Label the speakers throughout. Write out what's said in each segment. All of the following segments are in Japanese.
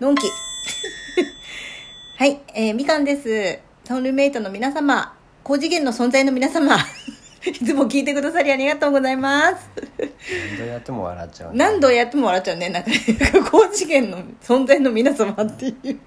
Speaker 1: のんき。 はい、えーみかんです。トールメイトの皆様、高次元の存在の皆様、 いつも聞いてくださりありがとうございます。
Speaker 2: 何度やっても笑っちゃうね
Speaker 1: 何度やっても笑っちゃうね。なんか、 高次元の存在の皆様っていう。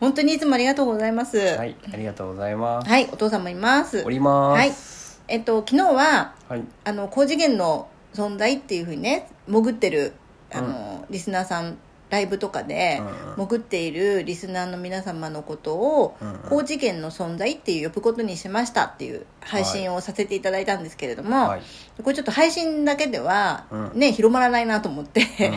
Speaker 1: 本当にいつもありがとうございます。は、
Speaker 2: はいいありがとうございます
Speaker 1: お父さんもいます。
Speaker 2: おりま
Speaker 1: はい
Speaker 2: ーす。
Speaker 1: えっと、昨日は、
Speaker 2: はい
Speaker 1: あの高次元の存在っていうふうにね潜ってるあの、リスナーさんライブとかで、
Speaker 2: うんうん
Speaker 1: 潜っているリスナーの皆様のことを、
Speaker 2: うんうん
Speaker 1: 高次元の存在って呼ぶことにしましたっていう配信をさせていただいたんですけれども、
Speaker 2: はい
Speaker 1: これちょっと配信だけでは、
Speaker 2: うん
Speaker 1: ね広まらないなと思って、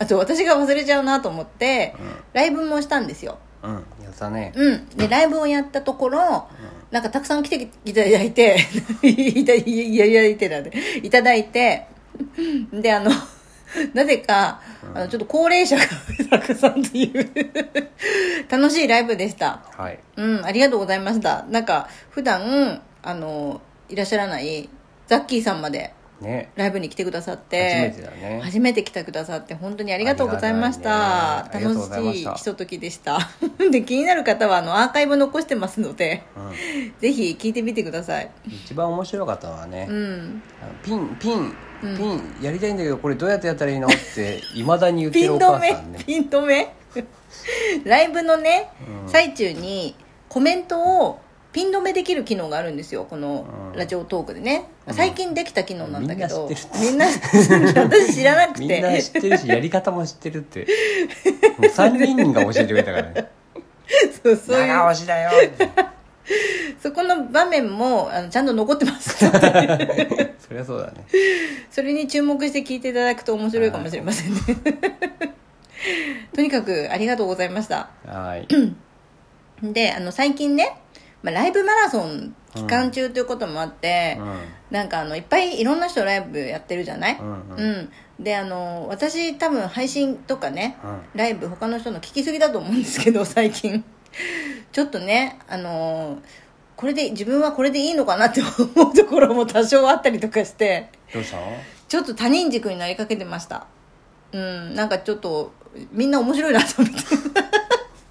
Speaker 1: あと私が忘れちゃうなと思って、ライブもしたんですよ、
Speaker 2: うんやったね
Speaker 1: うん、でライブをやったところ、なんかたくさん来ていただいていたいやいやいただいていただいてであのなぜか、あのちょっと高齢者がたくさんっていう楽しいライブでした
Speaker 2: はい
Speaker 1: うんありがとうございましたなんか普段あのいらっしゃらないザッキーさんまで
Speaker 2: ね
Speaker 1: ライブに来てくださって
Speaker 2: 初めてだね
Speaker 1: 初めて来てくださって本当にありがとうございました
Speaker 2: ありが
Speaker 1: 楽
Speaker 2: たいねありがとうございま
Speaker 1: し
Speaker 2: し
Speaker 1: い
Speaker 2: た
Speaker 1: ひとときでした で気になる方はあのアーカイブ残してますので
Speaker 2: う
Speaker 1: ぜひ聞いてみてください
Speaker 2: ん一番面白かったのはね
Speaker 1: うん
Speaker 2: あのピンピンピンやりたいんだけどこれどうやってやったらいいの っていまだに言って
Speaker 1: ピ
Speaker 2: る
Speaker 1: ン
Speaker 2: お
Speaker 1: 止
Speaker 2: 母
Speaker 1: め
Speaker 2: さんね
Speaker 1: ピン止め ライブのね、
Speaker 2: うん
Speaker 1: 最中にコメントをピン止めできる機能があるんですよこの
Speaker 2: うん
Speaker 1: ラジオトークでね、最近できた機能なんだけどみ
Speaker 2: み
Speaker 1: ん
Speaker 2: ん
Speaker 1: な私知らなく
Speaker 2: み
Speaker 1: て
Speaker 2: んな知ってるしやり方も知ってるってもう3人が教えてくれたからね
Speaker 1: そう そういう
Speaker 2: 長押しだよ
Speaker 1: そこの場面もあのちゃんと残ってます
Speaker 2: そりゃそうだね
Speaker 1: それに注目して聞いていただくと面白いかもしれませんねとにかくありがとうございました
Speaker 2: はい
Speaker 1: であの最近ね、まあ、ライブマラソン期間中ということもあって、
Speaker 2: う
Speaker 1: なんかあのいっぱいいろんな人ライブやってるじゃない、
Speaker 2: んうんうん
Speaker 1: うんであの私多分配信とかね
Speaker 2: うん
Speaker 1: ライブ他の人の聞きすぎだと思うんですけど最近ちょっとねあのこれで自分はこれでいいのかなって思うところも多少あったりとかして
Speaker 2: どうしたの
Speaker 1: ちょっと他人軸になりかけてましたうんなんかちょっとみんな面白いなと思っ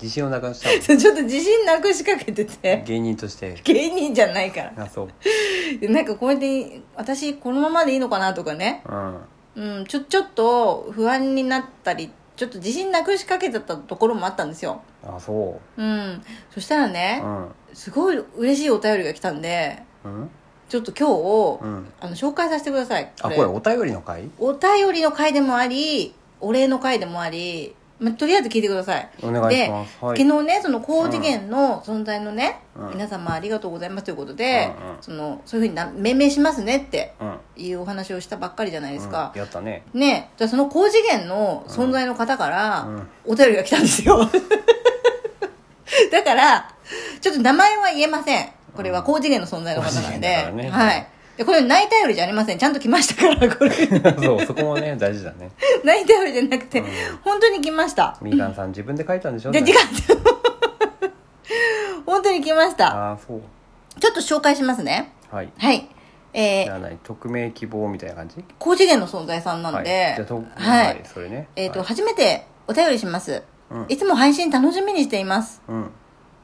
Speaker 2: 自信をな くした
Speaker 1: てちょっと自信なくしかけて
Speaker 2: の
Speaker 1: て
Speaker 2: 芸人として
Speaker 1: 芸人じゃないから
Speaker 2: あそう
Speaker 1: でなんかこれで私このままでいいのかなとかね
Speaker 2: うん
Speaker 1: うんちょちょっと不安になったりちょっと自信なくしかけてたところもあったんですよ
Speaker 2: あそ
Speaker 1: うんそしたら
Speaker 2: う
Speaker 1: ね
Speaker 2: うん
Speaker 1: すごい嬉しいお便りが来たんで
Speaker 2: うん
Speaker 1: ちょっと今日を、
Speaker 2: うん
Speaker 1: あの紹介させてください
Speaker 2: あこれお便りの回
Speaker 1: お便りの回でもありお礼の回でもあり、まあ、とりあえず聞いてください
Speaker 2: お願いします
Speaker 1: で、
Speaker 2: はい
Speaker 1: 昨日ねその高次元の存在のね、
Speaker 2: うん
Speaker 1: 皆様ありがとうございますということで、
Speaker 2: うんうん
Speaker 1: そのそういうふうにな命名しますねって
Speaker 2: うん
Speaker 1: いうお話をしたばっかりじゃないですか
Speaker 2: うん、やったね
Speaker 1: ねじゃあその高次元の存在の方から
Speaker 2: うんうん
Speaker 1: お便りが来たんですよ だからちょっと名前は言えませんこれは高次元の存在の方なん
Speaker 2: 高次元だか
Speaker 1: で、
Speaker 2: らね
Speaker 1: はいでこれ泣いたよりじゃありませんちゃんと来ましたからこれ
Speaker 2: そうそこもね大事だね
Speaker 1: 泣いたよりじゃなくて、本当に来ました
Speaker 2: みかんさん自分で書いたんでしょ
Speaker 1: で違う 本当に来ました
Speaker 2: あそう
Speaker 1: ちょっと紹介しますね
Speaker 2: はい
Speaker 1: はいえ
Speaker 2: じゃ
Speaker 1: ー、
Speaker 2: あ何匿名希望みたいな感じ
Speaker 1: 高次元の存在さんなん
Speaker 2: は
Speaker 1: で
Speaker 2: い、じゃあと
Speaker 1: はい
Speaker 2: はいそれね
Speaker 1: えーと
Speaker 2: はい
Speaker 1: 初めてお便りします、
Speaker 2: うん
Speaker 1: いつも配信楽しみにしています
Speaker 2: うん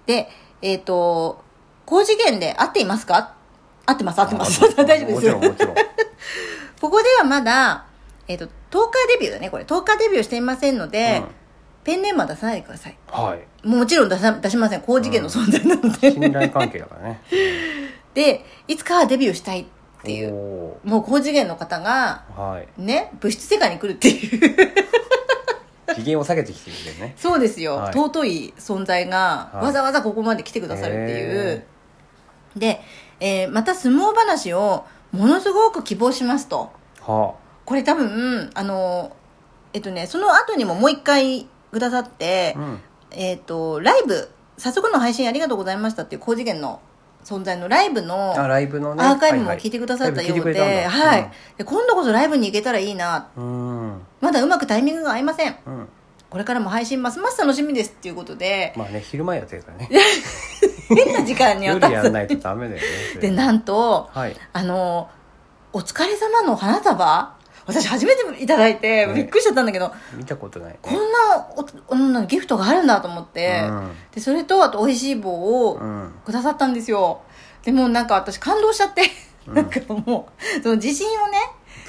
Speaker 1: で、えっ、と、高次元で合っていますか合ってます、合ってます。 大丈夫
Speaker 2: も
Speaker 1: で
Speaker 2: ちろん
Speaker 1: す。
Speaker 2: もちろん
Speaker 1: ここではまだ、えっ、と、10日デビューだね、これ。10日デビューしていませんので、
Speaker 2: うん
Speaker 1: ペンネームは出さないでください。
Speaker 2: はい
Speaker 1: もちろん出さ出しません。高次元の存在なので。
Speaker 2: 信頼関係だから ね
Speaker 1: で、いつかはデビューしたいっていう。
Speaker 2: お
Speaker 1: もう高次元の方が、
Speaker 2: ーはい
Speaker 1: ね、物質世界に来るって いう。
Speaker 2: 機嫌を下げてきてるんだよね
Speaker 1: そうですよ、
Speaker 2: はい
Speaker 1: 尊い存在が
Speaker 2: はい
Speaker 1: わざわざここまで来 てくださるっていう、
Speaker 2: へ
Speaker 1: で、えーまた相撲話をものすごく希望しますと
Speaker 2: は
Speaker 1: これ多分あのえっとねその後にももう一回くださって、
Speaker 2: あうん
Speaker 1: えっとライブ早速の配信ありがとうございましたっていう高次元の存在のライブの
Speaker 2: あライブのね
Speaker 1: アーカイブも聞いてくださったようで、はいで今度こそライブに行けたらいいな
Speaker 2: うんうん
Speaker 1: まだうまくタイミングが合いません
Speaker 2: うん
Speaker 1: これからも配信ますます楽しみですっていうこと で、
Speaker 2: まあね昼前やってるからね
Speaker 1: 変な時間に当
Speaker 2: 夜
Speaker 1: た
Speaker 2: やん
Speaker 1: っ
Speaker 2: ないと ダメだよねそ
Speaker 1: て
Speaker 2: れ
Speaker 1: でなんと
Speaker 2: はい
Speaker 1: あの「お疲れ様の花束私初めていただいて
Speaker 2: ね
Speaker 1: びっくりしちゃったんだけど、
Speaker 2: 見たことない
Speaker 1: こんなおうんギフトがあるんだと思って、
Speaker 2: うん
Speaker 1: でそれとあと美味しい棒を
Speaker 2: うん
Speaker 1: くださったんですよでもうなんか私感動しちゃってなんかもうその自信をね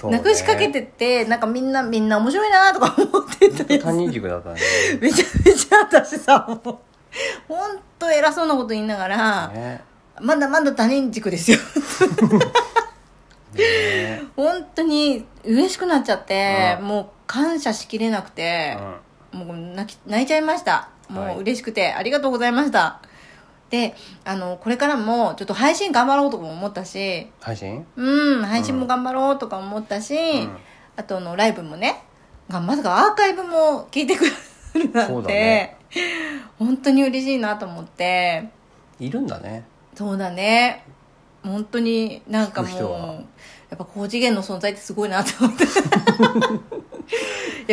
Speaker 2: そうね
Speaker 1: なくしかけてってなんかみんなみんな面白いなとか思ってたやつ
Speaker 2: 他人軸だった ね
Speaker 1: めちゃめちゃ私さもう本当偉そうなこと言いながら、
Speaker 2: ね
Speaker 1: まだまだ他人軸ですよ
Speaker 2: ね
Speaker 1: 本当に嬉しくなっちゃって、
Speaker 2: う
Speaker 1: もう感謝しきれなくて、もう泣き泣いちゃいました
Speaker 2: は
Speaker 1: も
Speaker 2: いう
Speaker 1: 嬉しくて、ありがとうございましたであのこれからもちょっと配信頑張ろうとも思ったし
Speaker 2: 配信
Speaker 1: うん配信も頑張ろうとか思ったし、
Speaker 2: ん
Speaker 1: あとあのライブもねがまさかアーカイブも聞いてくださるな
Speaker 2: そ
Speaker 1: ん
Speaker 2: う
Speaker 1: て、
Speaker 2: だね
Speaker 1: 本当に嬉しいなと思って
Speaker 2: いるんだね
Speaker 1: そうだね本当になんかも
Speaker 2: 聞く人は
Speaker 1: うやっぱ高次元の存在ってすごいなと思って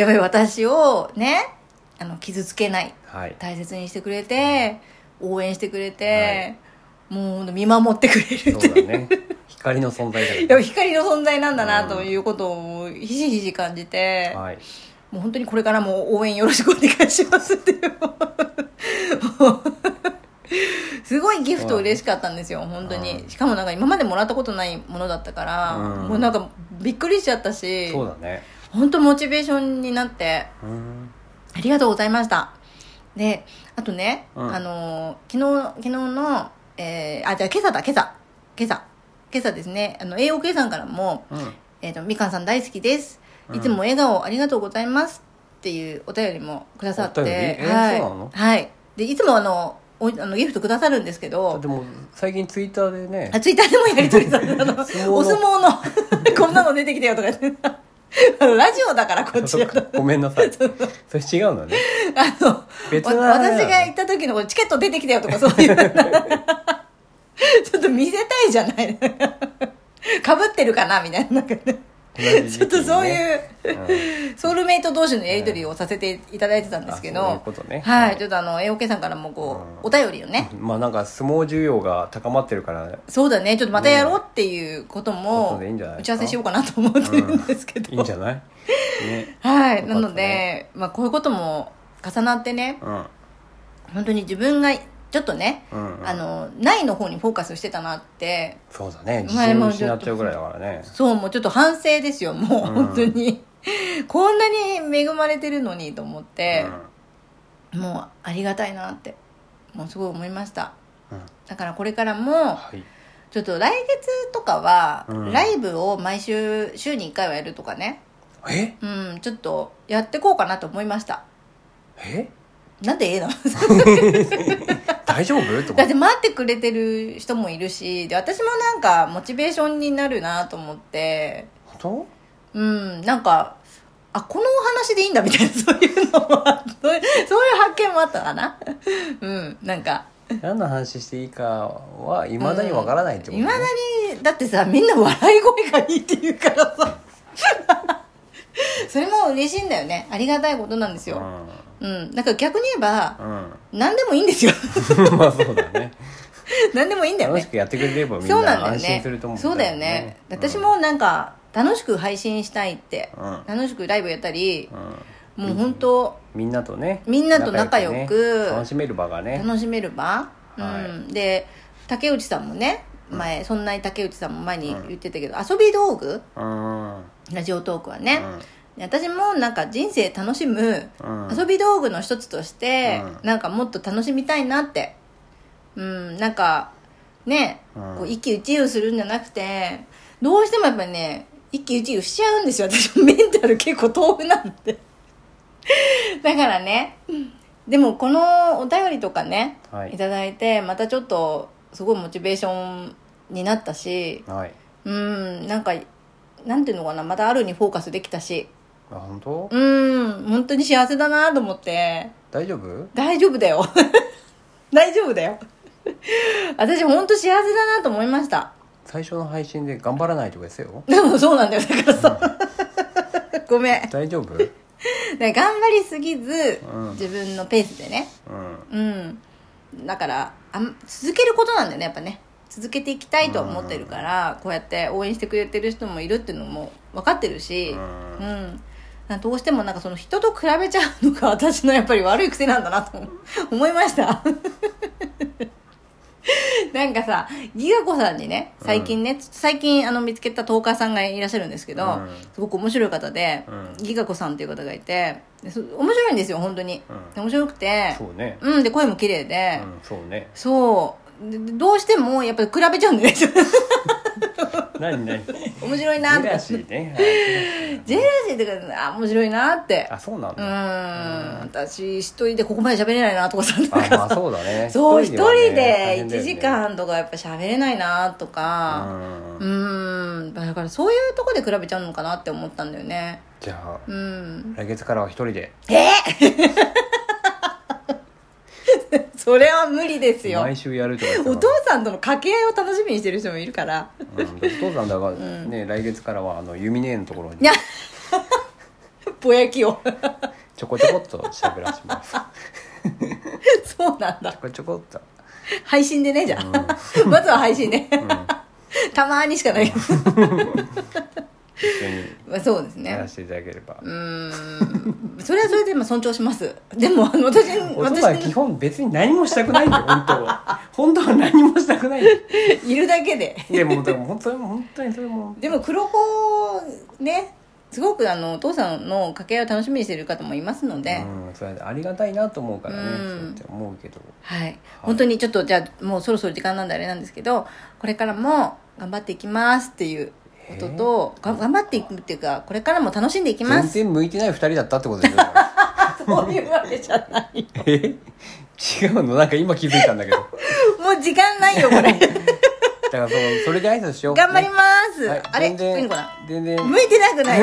Speaker 1: やっぱり私をねあの傷つけない
Speaker 2: はい
Speaker 1: 大切にしてくれて応援してくれて、もうほんと見守ってくれるってい
Speaker 2: そうだね光の存在 だ
Speaker 1: や
Speaker 2: か
Speaker 1: っぱ光の存在なんだな
Speaker 2: うん
Speaker 1: ということをひしひし感じて、
Speaker 2: らはい
Speaker 1: もう本当にこれからも応援よろしくお願いしますっていうもうすごいギフト嬉しかったんですよ本当に
Speaker 2: うん
Speaker 1: しかもなんか今までもらったことないものだったから、
Speaker 2: うん
Speaker 1: もうなんかびっくりしちゃったし
Speaker 2: そうだね
Speaker 1: 本当モチベーションになって
Speaker 2: うん
Speaker 1: ありがとうございました。で、あとね、
Speaker 2: うん
Speaker 1: あのー、昨日、昨日の、えー、あ、じゃあ今朝だ、今朝。今朝。今朝ですね、あの、栄養計算からも、
Speaker 2: うん
Speaker 1: えっ、と、みかんさん大好きです。
Speaker 2: うん
Speaker 1: いつも笑顔ありがとうございますっていうお便りもくださって。
Speaker 2: お便りえー
Speaker 1: はい、
Speaker 2: そうなの
Speaker 1: はい。で、いつもあの、おあのギフトくださるんですけど、
Speaker 2: でも最近ツイッターでね
Speaker 1: あツイッターでもやりとりされた の
Speaker 2: 相撲の
Speaker 1: お相撲の こんなの出てきたよとか言って ラジオだからこっち
Speaker 2: そっ
Speaker 1: や
Speaker 2: か ごめん なさいそれ違うんだね
Speaker 1: あの、
Speaker 2: 別
Speaker 1: わ
Speaker 2: な
Speaker 1: 私が行った時のこれチケット出てきたよとかそう いう。ちょっと見せたいじゃない。かぶってるかなみたいな。なんかねちょっとそう
Speaker 2: う
Speaker 1: いう、
Speaker 2: ん
Speaker 1: ソウルメイト同士のやり取りをさせていただいてたんですけ
Speaker 2: あそうい
Speaker 1: ど
Speaker 2: うこと、ね
Speaker 1: はい、ちょっとあの、AOK さんからもこう、お便りをね、
Speaker 2: まあなんか相撲需要が高まってるから
Speaker 1: そうだね、ちょっとまたやろうっていうこと
Speaker 2: ねこと
Speaker 1: も
Speaker 2: でいいんじゃな
Speaker 1: 打
Speaker 2: い、です
Speaker 1: ち合
Speaker 2: か
Speaker 1: わせしようかなと思ってるんですけど
Speaker 2: いい。んじゃないね
Speaker 1: は
Speaker 2: よかっ
Speaker 1: い、
Speaker 2: た
Speaker 1: な
Speaker 2: ね
Speaker 1: ので、まあこういうことも重なってね、
Speaker 2: うんうん
Speaker 1: 本当に自分が、ちょっとね、
Speaker 2: うん
Speaker 1: あのないの方にフォーカスしてたなって
Speaker 2: そうだね自
Speaker 1: 前
Speaker 2: 信
Speaker 1: も
Speaker 2: 失っちゃうぐらいだからね
Speaker 1: そうもうちょっと反省ですよもう
Speaker 2: うん
Speaker 1: 本当に、 こんなに恵まれてるのにと思って、もうありがたいなってもうすごい思いました
Speaker 2: うんうん
Speaker 1: だからこれからも
Speaker 2: はい
Speaker 1: ちょっと来月とかは、
Speaker 2: うん
Speaker 1: ライブを毎週週に1回はやるとかね
Speaker 2: え
Speaker 1: うんちょっとやってこうかなと思いました
Speaker 2: え
Speaker 1: なんでええ の
Speaker 2: 大丈夫
Speaker 1: だ
Speaker 2: と
Speaker 1: っ
Speaker 2: か
Speaker 1: て待ってくれてる人もいるしで私もなんかモチベーションになるなと思って
Speaker 2: 本
Speaker 1: うん、なんか、あ、このお話でいいんだみたいな、そういうのもあったそういう発見もあったかな。うん、なんか。
Speaker 2: 当何の話していいかはいまだにわからないってこと
Speaker 1: いまだ
Speaker 2: ね
Speaker 1: に、だってさ、みんな笑い声がいいって言うからさ。それも嬉しいんだよね。ありがたいことなんです
Speaker 2: う
Speaker 1: よ。
Speaker 2: ん
Speaker 1: うん。なんか逆に言えば、
Speaker 2: う
Speaker 1: 何でもいいんですよ。
Speaker 2: ん まあそうだね
Speaker 1: 何でもいいんだよ
Speaker 2: 楽
Speaker 1: ね
Speaker 2: し。くやってくれればみん
Speaker 1: そうなんだ
Speaker 2: な
Speaker 1: よ
Speaker 2: 安心
Speaker 1: ね
Speaker 2: すると思う
Speaker 1: そうだよね、私もなんか楽しく配信したいって、
Speaker 2: うん
Speaker 1: 楽しくライブやったり
Speaker 2: う、ん
Speaker 1: もう本当、
Speaker 2: みんなとね
Speaker 1: みんなと仲良く
Speaker 2: ね楽しめる場がね
Speaker 1: 楽しめる場、
Speaker 2: はい
Speaker 1: うん、で竹内さんもね前、そんなに竹内さんも前に言ってたけど、遊び道具
Speaker 2: うんうん
Speaker 1: ラジオトークはね、で私もなんか人生楽しむ
Speaker 2: うん
Speaker 1: 遊び道具の一つとして、
Speaker 2: うん
Speaker 1: なんかもっと楽しみたいなってうんなんかね、
Speaker 2: うん
Speaker 1: こう一喜一憂するんじゃなくてどうしてもやっぱりね一喜一憂しちゃうんですよ私 メンタル結構豆腐なんでだからねでもこのお便りとかね、
Speaker 2: はい
Speaker 1: い、ただいてまたちょっとすごいモチベーションになったし
Speaker 2: はい
Speaker 1: うんなんかなんていうのかなまたあるにフォーカスできたし
Speaker 2: あ本当
Speaker 1: うん本当に幸せだなと思って
Speaker 2: 大丈夫
Speaker 1: 大丈夫だよ 大丈夫だよ私本当幸せだなと思いました
Speaker 2: 最初の配信で頑張らないとかですよ
Speaker 1: でもそうなんだよだからさ ごめんだか
Speaker 2: 大丈夫
Speaker 1: ら頑張りすぎず、
Speaker 2: うん
Speaker 1: 自分のペースでね
Speaker 2: うん
Speaker 1: うんだからあん続けることなんだよねやっぱね続けていきたいと思ってるから、こうやって応援してくれてる人もいるっていうのも分かってるし、
Speaker 2: う
Speaker 1: うんなんかどうしてもなんかその人と比べちゃうのが私のやっぱり悪い癖なんだなと思 思いました なんかさギガ子さんにね最近ね、最近あの見つけたトーカーさんがいらっしゃるんですけど、
Speaker 2: うん
Speaker 1: すごく面白い方で、
Speaker 2: う
Speaker 1: ギガ子さんっていう方がいてでそ面白いんですよ本当に、
Speaker 2: うん
Speaker 1: で面白くて
Speaker 2: そうね、
Speaker 1: うん、で、声も綺麗
Speaker 2: う
Speaker 1: で、
Speaker 2: ん、そうね
Speaker 1: そう。ででどうしても、やっぱり比べちゃうんだよね。
Speaker 2: 何何ジ
Speaker 1: 面白い なっ
Speaker 2: ェ
Speaker 1: て
Speaker 2: ラ。シーねはい
Speaker 1: ジェラシーとか、あ、面白いなって。
Speaker 2: あそうなん
Speaker 1: う
Speaker 2: だ、あ
Speaker 1: ん、私一人でここまで喋れないなとかさ、なん
Speaker 2: ま
Speaker 1: か
Speaker 2: あ
Speaker 1: さ、
Speaker 2: そうだ ね
Speaker 1: そう、一
Speaker 2: はね
Speaker 1: 人
Speaker 2: 大
Speaker 1: で
Speaker 2: 変だ
Speaker 1: 1
Speaker 2: よね
Speaker 1: 時間とかやっぱ喋れないなとか、
Speaker 2: うん
Speaker 1: うん、だからそういうとこで比べちゃうのかなって思ったんだよね。
Speaker 2: じゃあ
Speaker 1: うん。
Speaker 2: 来月からは一人で
Speaker 1: それは無理ですよ。
Speaker 2: 毎週やるとか言って
Speaker 1: お
Speaker 2: た
Speaker 1: 父
Speaker 2: か
Speaker 1: さんとの掛け合いを楽しみにしてる人もいるから。
Speaker 2: らうんお父さんだからね、来月からはあのユミネのところに
Speaker 1: いや、ぼやきを。
Speaker 2: ちょこちょこっと喋らしますち
Speaker 1: そうなんだ
Speaker 2: ょ。こちょこっと
Speaker 1: 配信でねじゃあ、まずは配信ね、たまにしかないけど
Speaker 2: 一緒に
Speaker 1: まあそうです
Speaker 2: や
Speaker 1: ね
Speaker 2: らせていただければ、
Speaker 1: うーんそれはそれでまあ尊重しますでもあの私
Speaker 2: お父さんは
Speaker 1: 私
Speaker 2: 基本別に何もしたく ないんだよ本当は本当は何もしたくないんだよ
Speaker 1: いるだけで
Speaker 2: いやもうでも本当に本当にそれも
Speaker 1: でも黒子ねすごくあのお父さんの掛け合いを楽しみにしている方もいますので、
Speaker 2: うん、それありがたいなと思うからね、
Speaker 1: うん
Speaker 2: そうやって思うけど
Speaker 1: はい本当にちょっとじゃあもうそろそろ時間なんであれなんですけどこれからも頑張っていきますっていうことと、が頑張っていくっていうかこれからも楽しんでいきま
Speaker 2: 全
Speaker 1: す
Speaker 2: 然向いてない二人だったってことでしょ
Speaker 1: そういうわけじゃない
Speaker 2: え違うのなんか今気づいたんだけど
Speaker 1: もう時間ないよこれ
Speaker 2: だからそのそれで挨拶しよう
Speaker 1: 頑張ります、
Speaker 2: はい
Speaker 1: あれい
Speaker 2: 全
Speaker 1: いの
Speaker 2: 然
Speaker 1: かな
Speaker 2: 全然
Speaker 1: 向いてなくない